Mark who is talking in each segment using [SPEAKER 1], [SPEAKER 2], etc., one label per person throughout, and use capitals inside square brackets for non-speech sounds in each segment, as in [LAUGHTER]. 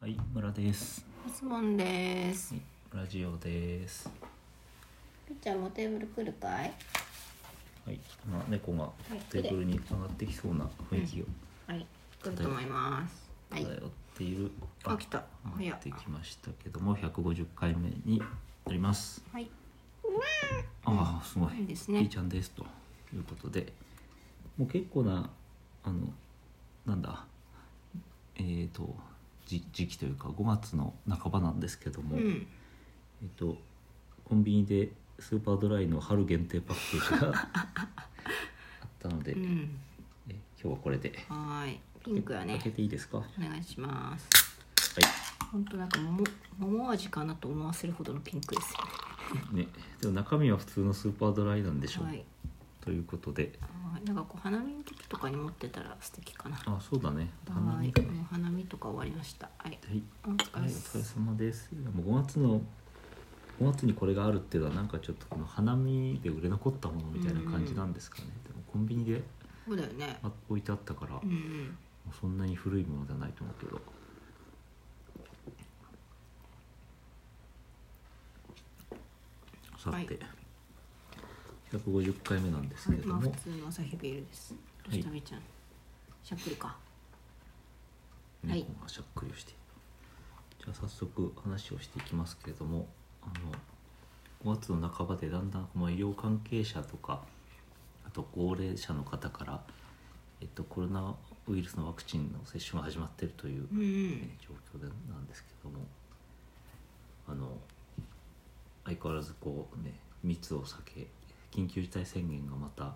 [SPEAKER 1] はい、村です。
[SPEAKER 2] 質問です
[SPEAKER 1] は。いラジオです。
[SPEAKER 2] ピッチャーもテーブル来るかい？
[SPEAKER 1] はい、今猫が
[SPEAKER 2] い
[SPEAKER 1] テーブルに上がってきそうな雰囲気を
[SPEAKER 2] はい、来ると思います。はい。
[SPEAKER 1] 漂っている。
[SPEAKER 2] あ来た
[SPEAKER 1] 上
[SPEAKER 2] 早
[SPEAKER 1] が
[SPEAKER 2] っ
[SPEAKER 1] ってきましたけども、150回目になります。
[SPEAKER 2] はい。
[SPEAKER 1] ああ、すごい。
[SPEAKER 2] いいですね
[SPEAKER 1] ピーちゃんですということで、もう結構なあのなんだ、えっ、とじ時期というか5月の半ばなんですけど
[SPEAKER 2] う
[SPEAKER 1] も。
[SPEAKER 2] ん。
[SPEAKER 1] えっと、コンビニでスーパードライの春限定パッケージがあったので、
[SPEAKER 2] うん。
[SPEAKER 1] え今日はこれで
[SPEAKER 2] はーい。ピンクやね
[SPEAKER 1] 開。けていいですかはい
[SPEAKER 2] お願いします。本当なんか桃桃味かなと思わせるほどのピンクです
[SPEAKER 1] ね、でも中身は普通のスーパードライなんでしょ
[SPEAKER 2] よ
[SPEAKER 1] う、
[SPEAKER 2] ね。はい。
[SPEAKER 1] ということで
[SPEAKER 2] はーい。なんかこう花見の時とかに持ってたら素敵かな。は
[SPEAKER 1] あそうだね花
[SPEAKER 2] ー
[SPEAKER 1] 見
[SPEAKER 2] い。
[SPEAKER 1] かね
[SPEAKER 2] もう花見とか終わりました。はい。
[SPEAKER 1] はい、
[SPEAKER 2] お疲
[SPEAKER 1] はい、お
[SPEAKER 2] れ
[SPEAKER 1] 疲
[SPEAKER 2] 様
[SPEAKER 1] れ。様ですいやもう5月の5月にこれがあるっていうのはなんかちょっとこの花見で売れ残ったものみたいな感じなんですかね、でもコンビニで
[SPEAKER 2] そうだよね。
[SPEAKER 1] あ置いてあったから、
[SPEAKER 2] うんうん。
[SPEAKER 1] そんなに古いものじゃないと思うけどさて、
[SPEAKER 2] はい
[SPEAKER 1] 150回目なんです
[SPEAKER 2] は
[SPEAKER 1] け
[SPEAKER 2] い
[SPEAKER 1] れ。ど
[SPEAKER 2] まあ
[SPEAKER 1] も、
[SPEAKER 2] 普通の朝日ビールです。
[SPEAKER 1] は
[SPEAKER 2] ど
[SPEAKER 1] いう
[SPEAKER 2] したみーちゃん。しゃっくりか。はい
[SPEAKER 1] 猫がしゃっくりをしている、じゃあ早速話をしていきますけれどもあの5月の半ばでだんだんこの医療関係者とかあと高齢者の方から、えっと、コロナウイルスのワクチンの接種が始まっているという
[SPEAKER 2] うんう
[SPEAKER 1] ね
[SPEAKER 2] ん。
[SPEAKER 1] 状況でなんですけどもあの相変わらずこうね密を避け緊急事態宣言がまた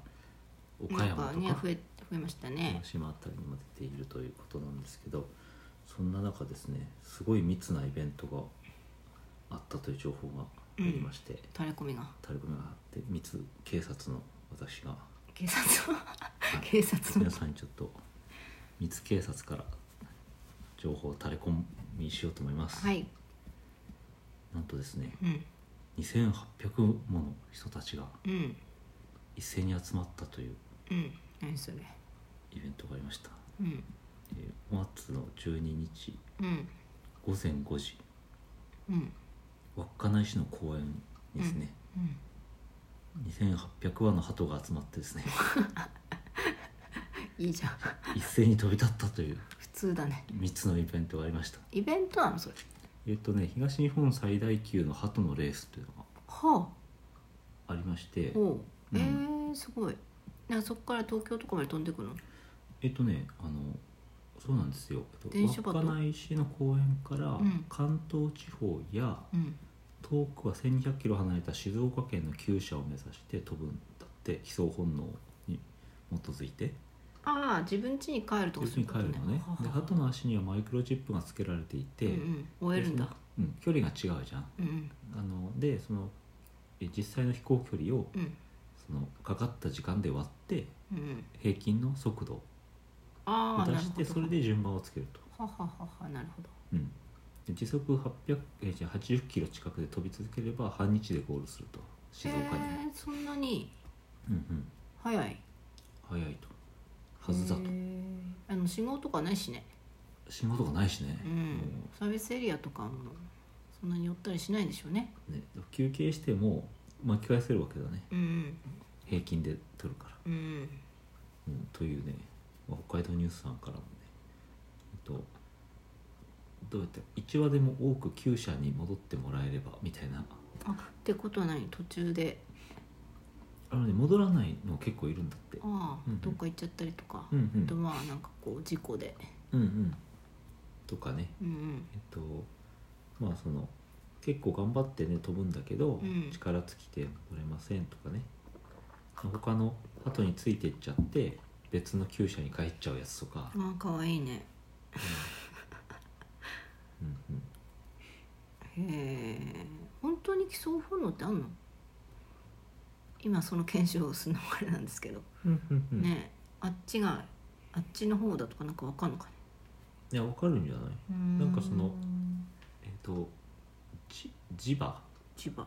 [SPEAKER 1] 岡
[SPEAKER 2] なん
[SPEAKER 1] 山
[SPEAKER 2] か
[SPEAKER 1] と
[SPEAKER 2] ね
[SPEAKER 1] か
[SPEAKER 2] 増え増えましたね
[SPEAKER 1] 広。島辺りにも出ているということなんですけどそんな中ですねすごい密なイベントがあったという情報がありまして、
[SPEAKER 2] 垂れ込みが
[SPEAKER 1] タレコミがあって密警察の私が
[SPEAKER 2] 警察の [LAUGHS] 警察の
[SPEAKER 1] 皆さんにちょっと密警察から情報を垂れ込みしようと思います。
[SPEAKER 2] はい
[SPEAKER 1] なんとですね
[SPEAKER 2] うん
[SPEAKER 1] 2800もの人たちが
[SPEAKER 2] うん
[SPEAKER 1] 一斉に集まったという
[SPEAKER 2] うん何それ
[SPEAKER 1] イベントがありました、
[SPEAKER 2] うん
[SPEAKER 1] えー、5月の12日
[SPEAKER 2] うん
[SPEAKER 1] 午前5時
[SPEAKER 2] うん
[SPEAKER 1] 稚内市の公園にですね、
[SPEAKER 2] うん
[SPEAKER 1] 2800羽の鳩が集まってですね [LAUGHS]
[SPEAKER 2] いいじゃん
[SPEAKER 1] 一斉に飛び立ったという
[SPEAKER 2] 普通だね
[SPEAKER 1] 3つのイベントがありました
[SPEAKER 2] イベントなのそれ
[SPEAKER 1] えっ、とね東日本最大級の鳩のレースというの
[SPEAKER 2] は
[SPEAKER 1] がありまして
[SPEAKER 2] あおう
[SPEAKER 1] うん
[SPEAKER 2] えー、すごいなんかそこから東京とかまで飛んでくの
[SPEAKER 1] えっ、とねあのそうなんですよ、えっと
[SPEAKER 2] 電車鳩
[SPEAKER 1] 稚内市の公園から
[SPEAKER 2] うん
[SPEAKER 1] 関東地方や、
[SPEAKER 2] うん
[SPEAKER 1] 遠くは1 2 0 0キロ離れた静岡県の厩舎を目指して飛ぶんだって飛走本能に基づいて
[SPEAKER 2] ああ自分家に帰るとか
[SPEAKER 1] 別に帰るのね
[SPEAKER 2] はあ
[SPEAKER 1] で鳩の足にはマイクロチップがつけられていて、
[SPEAKER 2] うんうん終えるんだ
[SPEAKER 1] でそのうん、距離が違うじゃん
[SPEAKER 2] うん
[SPEAKER 1] あのでそのえ実際の飛行距離を
[SPEAKER 2] うんうん
[SPEAKER 1] そのかかった時間で割って
[SPEAKER 2] うんうん
[SPEAKER 1] 平均の速度を
[SPEAKER 2] ああ
[SPEAKER 1] 出
[SPEAKER 2] なる
[SPEAKER 1] し
[SPEAKER 2] ほ
[SPEAKER 1] て
[SPEAKER 2] ど
[SPEAKER 1] それで順番をつけると、
[SPEAKER 2] ははははなるほど
[SPEAKER 1] うん、で時速800えじゃあ80キロ近くで飛び続ければ半日でゴールすると静岡に、
[SPEAKER 2] えー、そんなに
[SPEAKER 1] うんうん
[SPEAKER 2] 早い
[SPEAKER 1] 早いとはずだと
[SPEAKER 2] へーあの信号とかないしね
[SPEAKER 1] 信号とかないしね,、
[SPEAKER 2] う
[SPEAKER 1] も
[SPEAKER 2] んサービスエリアとかもそんなに寄ったりしないんでしょうね
[SPEAKER 1] うね休憩しても巻き返せるわけだね
[SPEAKER 2] うん
[SPEAKER 1] 平均で取るから、
[SPEAKER 2] うんうん
[SPEAKER 1] うん、というね、まあ北海道ニュースさんからもねえっとどうやって1話でも多く厩舎に戻ってもらえればみたいな
[SPEAKER 2] あってことは何途中で
[SPEAKER 1] あのね戻らないの結構いるんだって
[SPEAKER 2] ああ、
[SPEAKER 1] うんうん
[SPEAKER 2] どっか行っちゃったりとか、
[SPEAKER 1] うんう
[SPEAKER 2] あと
[SPEAKER 1] ん
[SPEAKER 2] まあなんかこう事故で
[SPEAKER 1] うんうんとかね
[SPEAKER 2] うん
[SPEAKER 1] えっとまあその結構頑張ってね飛ぶんだけど、
[SPEAKER 2] うん
[SPEAKER 1] 力尽きて乗れませんとかね他の後についていっちゃって別の厩舎に帰っちゃうやつとか、
[SPEAKER 2] うんああかわいいね
[SPEAKER 1] うんうん、
[SPEAKER 2] へえ本当に基礎炎ってあんの今その検証をするのもあれなんですけど、
[SPEAKER 1] うんうんうん
[SPEAKER 2] ねえあっちがあっちの方だとかなんかわかんのかね
[SPEAKER 1] いやわかるんじゃない
[SPEAKER 2] なん
[SPEAKER 1] かそのえっ、とじ磁場、
[SPEAKER 2] 千葉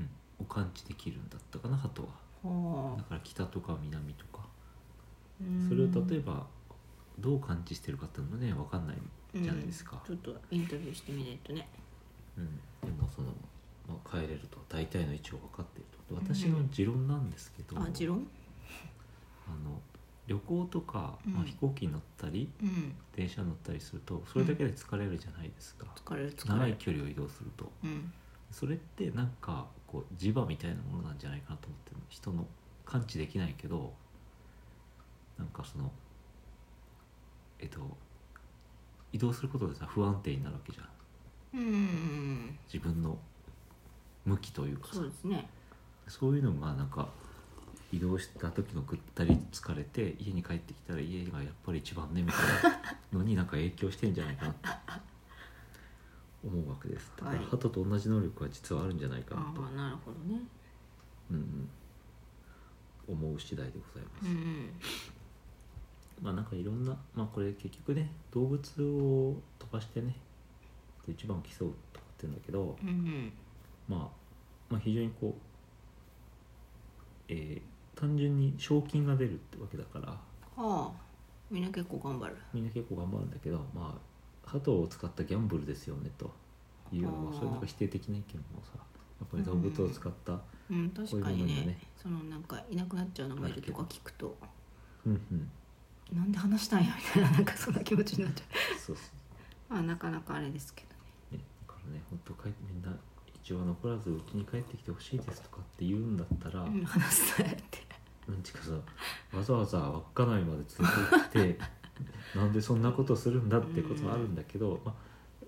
[SPEAKER 1] うん、を感知できるんだったかな鳩は
[SPEAKER 2] は
[SPEAKER 1] だから北とか南とか
[SPEAKER 2] あ
[SPEAKER 1] それを
[SPEAKER 2] うん
[SPEAKER 1] 例えばどう感知してるかっていうのもねわかんないじゃないですか
[SPEAKER 2] うんちょっとインタビューしてみないとね
[SPEAKER 1] うん、でもその、まあ、帰れると大体の位置を分かっているとで私の持論なんですけど、
[SPEAKER 2] あ持論
[SPEAKER 1] あの旅行とか、ま
[SPEAKER 2] う
[SPEAKER 1] あ、
[SPEAKER 2] ん
[SPEAKER 1] 飛行機に乗ったり、
[SPEAKER 2] うん
[SPEAKER 1] 電車に乗ったりするとそれだけで疲れるじゃないですか、
[SPEAKER 2] 疲れる疲
[SPEAKER 1] 長
[SPEAKER 2] れ
[SPEAKER 1] い
[SPEAKER 2] る
[SPEAKER 1] 距離を移動すると
[SPEAKER 2] うん
[SPEAKER 1] それってなんかこう磁場みたいなものなんじゃないかなと思ってる人の感知できないけどなんかそのえっと移動することでさ不安定になるわけじゃん
[SPEAKER 2] うんうんうん
[SPEAKER 1] 自分の向きというかさ
[SPEAKER 2] そうですね
[SPEAKER 1] そういうのがなんか移動した時のぐったり疲れて家に帰ってきたら家がやっぱり一番ねみたいな
[SPEAKER 2] [LAUGHS]
[SPEAKER 1] のになんか影響してんじゃないかなって思うわけですだから
[SPEAKER 2] はい
[SPEAKER 1] 鳩と同じ能力は実はあるんじゃないかな
[SPEAKER 2] あ
[SPEAKER 1] と、
[SPEAKER 2] あなるほどね
[SPEAKER 1] うんうん、思う次第でございます
[SPEAKER 2] う、ん
[SPEAKER 1] まあなんかいろんなまあこれ結局ね動物を飛ばしてね一番を競うとかって言うんだけど、
[SPEAKER 2] うんうん
[SPEAKER 1] まあ、まあ非常にこう、えー単純に賞金が出るってわけだから
[SPEAKER 2] はあみんな結構頑張る
[SPEAKER 1] みんな結構頑張るんだけどまあ鳩を使ったギャンブルですよねというの
[SPEAKER 2] あ
[SPEAKER 1] は
[SPEAKER 2] ー
[SPEAKER 1] それなんか否定的な意見もさやっぱり動物を使った、
[SPEAKER 2] うん確かに
[SPEAKER 1] こういうものに
[SPEAKER 2] ね
[SPEAKER 1] はね
[SPEAKER 2] そのなんかいなくなっちゃうのがいるとか聞くと
[SPEAKER 1] うん、うん
[SPEAKER 2] なんで話したんやみたいななんかそんな気持ちになっちゃ
[SPEAKER 1] そうそう
[SPEAKER 2] う [LAUGHS] まあなかなかあれですけどね
[SPEAKER 1] ねだからね本当帰ってみんな一応残らずうちに帰ってきてほしいですとかって言うんだったら、
[SPEAKER 2] うん話したいって
[SPEAKER 1] なんちかさわざわざ稚内まで連れてき [LAUGHS] てなんでそんなことするんだってことはあるんだけど、まあ、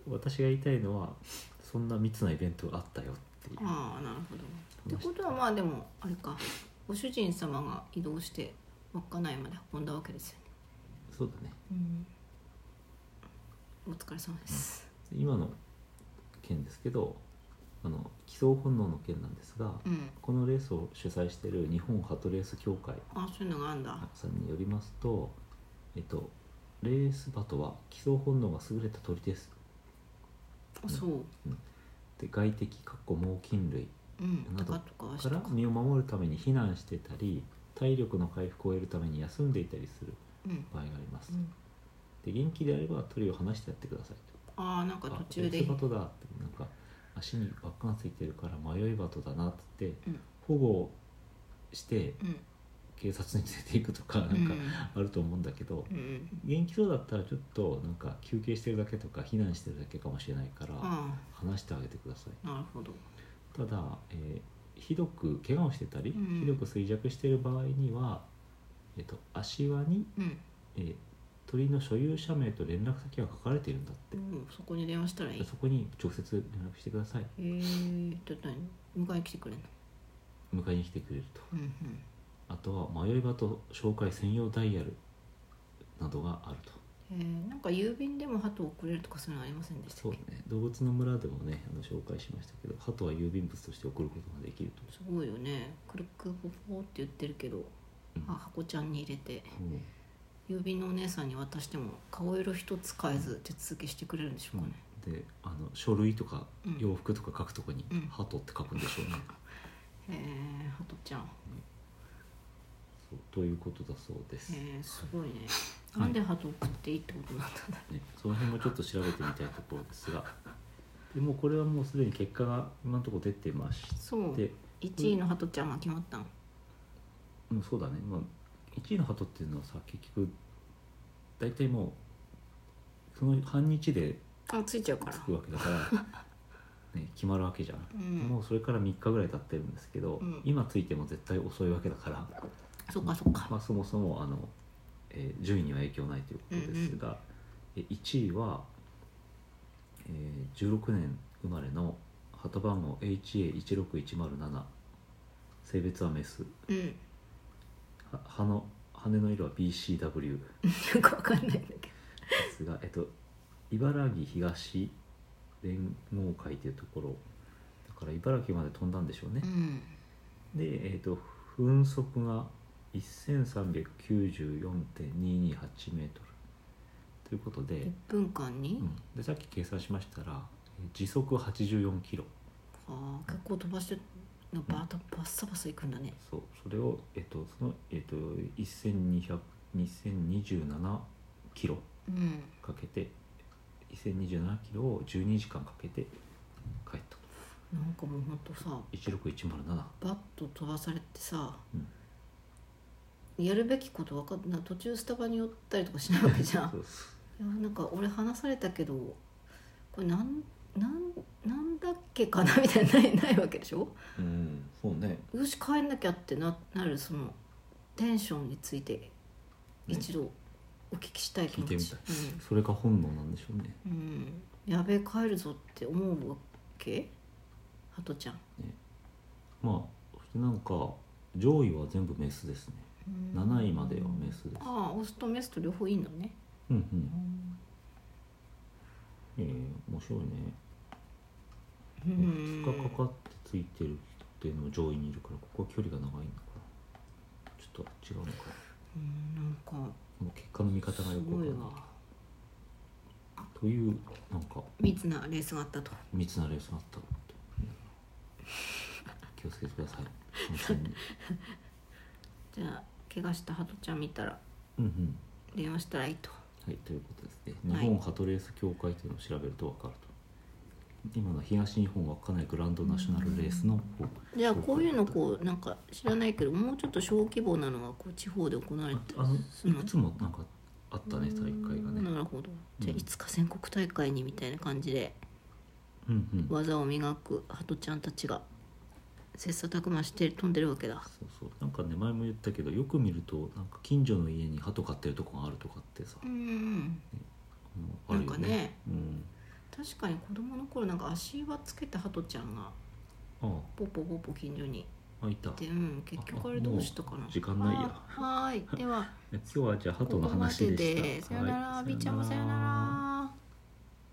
[SPEAKER 1] 私が言いたいのはそんな密なイベントがあったよっていう
[SPEAKER 2] ああなるほどってことはまあでもあれかご主人様が移動して稚内まで運んだわけですよね、
[SPEAKER 1] そうだね
[SPEAKER 2] お疲れ様です
[SPEAKER 1] 今の件ですけどあの寄贈本能の件なんですが、
[SPEAKER 2] うん
[SPEAKER 1] このレースを主催している日本ハトレース協会
[SPEAKER 2] あそういうのがあるんだ
[SPEAKER 1] さんによりますと、えっと、レース馬とは寄贈本能が優れた鳥です
[SPEAKER 2] あそう
[SPEAKER 1] で外敵かっこ猛禽類
[SPEAKER 2] うん
[SPEAKER 1] なるほど
[SPEAKER 2] とかとか足
[SPEAKER 1] か
[SPEAKER 2] と
[SPEAKER 1] ら
[SPEAKER 2] か
[SPEAKER 1] 身を守るために避難してたり体力の回復を得るために休んでいたりする
[SPEAKER 2] うん、
[SPEAKER 1] 場合があります、
[SPEAKER 2] うん、
[SPEAKER 1] で元気であれば鳥を離してやってください
[SPEAKER 2] ああなんか
[SPEAKER 1] と
[SPEAKER 2] 途中で
[SPEAKER 1] 別バトだってなんか足に輪っかがついてるから迷いバトだなって言って、
[SPEAKER 2] うん
[SPEAKER 1] 保護して
[SPEAKER 2] うん
[SPEAKER 1] 警察に連れていくとかなん
[SPEAKER 2] う
[SPEAKER 1] か、
[SPEAKER 2] ん
[SPEAKER 1] あると思うんだけど
[SPEAKER 2] うんうん
[SPEAKER 1] 元気そうだったらちょっとなんか休憩してるだけとか避難してるだけかもしれないから、
[SPEAKER 2] あ
[SPEAKER 1] 離してあげてください
[SPEAKER 2] あなるほど
[SPEAKER 1] ただ、えーひどく怪我をしてたり、
[SPEAKER 2] うん
[SPEAKER 1] ひどく衰弱している場合には、えっと足輪に、
[SPEAKER 2] うん、
[SPEAKER 1] えー鳥の所有者名と連絡先が書かれているんだって、
[SPEAKER 2] うん、そこに電話したらいいへ
[SPEAKER 1] そこに直接連絡してください
[SPEAKER 2] えー、ちょっと何迎えに来てくれんの
[SPEAKER 1] 迎えに来てくれると
[SPEAKER 2] うんうん
[SPEAKER 1] あとは迷い場と紹介専用ダイヤルなどがあると
[SPEAKER 2] えー、なんか郵便でも鳩を送れるとかそういうのありませんでした
[SPEAKER 1] そ
[SPEAKER 2] っ
[SPEAKER 1] う
[SPEAKER 2] け
[SPEAKER 1] ね動物の村でもねあの紹介しましたけど鳩は郵便物として送ることができると
[SPEAKER 2] すごいよねクルクポポって言ってるけど、
[SPEAKER 1] うん
[SPEAKER 2] あ箱ちゃんに入れて
[SPEAKER 1] うん
[SPEAKER 2] 郵便のお姉さんに渡しても顔色一つ変えず手続きしてくれるんでしょうかね、
[SPEAKER 1] であの書類とか
[SPEAKER 2] うん
[SPEAKER 1] 洋服とか書くとこに
[SPEAKER 2] うん
[SPEAKER 1] 「鳩」って書くんでし
[SPEAKER 2] [LAUGHS]
[SPEAKER 1] ょうね、
[SPEAKER 2] へえ鳩ちゃん
[SPEAKER 1] そうということだそうです、
[SPEAKER 2] へえすごいね
[SPEAKER 1] い
[SPEAKER 2] なんで鳩送っていいっ
[SPEAKER 1] [LAUGHS]
[SPEAKER 2] てことなんだね
[SPEAKER 1] ね、その辺もちょっと調べてみたいところですがでもうこれはもうすでに結果が今のところ出てまし
[SPEAKER 2] そう
[SPEAKER 1] て
[SPEAKER 2] 1位の鳩ちゃんは決まったの
[SPEAKER 1] うんそうだね、まあ、1位の鳩っていうのはさ結局大体もうその半日で
[SPEAKER 2] あついちゃうから
[SPEAKER 1] つくわけだ
[SPEAKER 2] [LAUGHS]
[SPEAKER 1] から、ね、決まるわけじゃん、
[SPEAKER 2] うん
[SPEAKER 1] もうそれから3日ぐらい経ってるんですけど、
[SPEAKER 2] うん
[SPEAKER 1] 今ついても絶対遅いわけだから
[SPEAKER 2] そうかそうか
[SPEAKER 1] まあ、そもそもあの、えー順位には影響ないということですが、え1位は、えー16年生まれの鳩番号 HA16107 性別はメス
[SPEAKER 2] うん
[SPEAKER 1] は羽の羽の色は BCW で
[SPEAKER 2] よくわかんないんだけ
[SPEAKER 1] すが、えっ [LAUGHS] と、茨城東連合会というところだから茨城まで飛んだんでしょうね
[SPEAKER 2] どう。ん
[SPEAKER 1] で、えー、と分速が1394.228メートルということで,、
[SPEAKER 2] 1分間に、
[SPEAKER 1] うん、でさっき計算しましたらえー時速84キロ
[SPEAKER 2] ああ結構飛ばしてなんかバタバッサバサいくんだね
[SPEAKER 1] そうそれを、えー、とその、えー、と1200 2027キロ
[SPEAKER 2] うん
[SPEAKER 1] かけて、 2027キロを12時間かけて帰った
[SPEAKER 2] なんかもうほんとさ
[SPEAKER 1] 16107
[SPEAKER 2] バッと飛ばされてさ、
[SPEAKER 1] うん
[SPEAKER 2] やるべきこと分かんない途中スタバに寄ったりとかしないわけじゃん
[SPEAKER 1] そうっす
[SPEAKER 2] いやなんか俺話されたけどこれなんなんなんだっけかなみたいなないないわけでしょ
[SPEAKER 1] うんそうね
[SPEAKER 2] よし帰んなきゃってななるそのテンションについて一度お聞きしたい気持ち、
[SPEAKER 1] 聞いてそれが本能なんでしょうね
[SPEAKER 2] うん、うん、やべえ帰るぞって思うわけハトちゃん、
[SPEAKER 1] まあそしてなんか上位は全部メスですね
[SPEAKER 2] うん
[SPEAKER 1] 7位まではメスです
[SPEAKER 2] ああオスとメスと両方いいのね、
[SPEAKER 1] うんうんええ面白いね
[SPEAKER 2] うん
[SPEAKER 1] 2日かかってついてるっていうのも上位にいるからここは距離が長いのかなちょっと違うのか
[SPEAKER 2] うんなんか
[SPEAKER 1] もう結果の見方が
[SPEAKER 2] す
[SPEAKER 1] よくわ
[SPEAKER 2] ご
[SPEAKER 1] か
[SPEAKER 2] い
[SPEAKER 1] ら
[SPEAKER 2] わ
[SPEAKER 1] ないというなんか
[SPEAKER 2] 密なレースがあったと
[SPEAKER 1] 密なレースになったな
[SPEAKER 2] [LAUGHS]
[SPEAKER 1] って気をつけてください本当に
[SPEAKER 2] じゃあ怪我したハトちゃん見たら
[SPEAKER 1] うんうん
[SPEAKER 2] 電話したらいいと
[SPEAKER 1] はいということですね
[SPEAKER 2] は
[SPEAKER 1] 日
[SPEAKER 2] い
[SPEAKER 1] 本ハトレース協会というのを調べるとわかると今の東日本稚内グランドナショナルレースの方
[SPEAKER 2] じゃあこういうのこうなんか知らないけどもうちょっと小規模なのがこう地方で行われ
[SPEAKER 1] あ
[SPEAKER 2] て
[SPEAKER 1] あの
[SPEAKER 2] その
[SPEAKER 1] いくつもなんかあったね大会がね
[SPEAKER 2] なるほどじゃ
[SPEAKER 1] う
[SPEAKER 2] あ
[SPEAKER 1] ん
[SPEAKER 2] いつか全国大会にみたいな感じで
[SPEAKER 1] うんうん
[SPEAKER 2] 技を磨くハトちゃんたちが切磋琢磨して飛んでるわけだ
[SPEAKER 1] そうそうなんかね前も言ったけどよく見るとなんか近所の家に鳩飼ってるとこがあるとかってさ、
[SPEAKER 2] うん
[SPEAKER 1] ある
[SPEAKER 2] な
[SPEAKER 1] よ
[SPEAKER 2] んかね
[SPEAKER 1] うん、
[SPEAKER 2] 確かに子供の頃なんか足輪つけたハトちゃんが
[SPEAKER 1] あ
[SPEAKER 2] ポポポポ近所に
[SPEAKER 1] ああいた
[SPEAKER 2] いてうん結局あれどうしたかな
[SPEAKER 1] もう時間ないや
[SPEAKER 2] あはーいでは
[SPEAKER 1] [LAUGHS] え今日はじゃあ鳩
[SPEAKER 2] こ
[SPEAKER 1] の
[SPEAKER 2] こま
[SPEAKER 1] 話
[SPEAKER 2] で
[SPEAKER 1] でした
[SPEAKER 2] でさよなら
[SPEAKER 1] はい
[SPEAKER 2] ビーちゃんもさよなら